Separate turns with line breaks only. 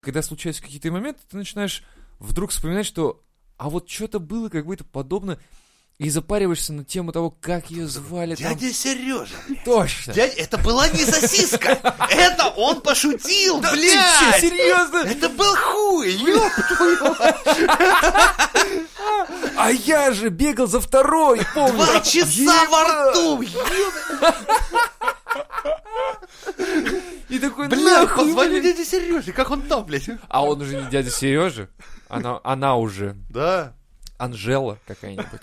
когда случаются какие-то моменты, ты начинаешь вдруг вспоминать, что а вот что-то было как будто подобно, и запариваешься на тему того, как ее звали. там.
Дядя Сережа, блядь.
Точно.
Дядя, это была не сосиска. Это он пошутил,
Да ты чё,
блядь.
серьезно?
Это был хуй, ёб твою мать.
А я же бегал за второй, помню.
Два часа во рту,
И такой,
блядь.
нахуй,
Позвони
блядь.
дяде Сереже, как он там, блядь.
А он уже не дядя Сережа. Она, она уже
Да.
Анжела какая-нибудь.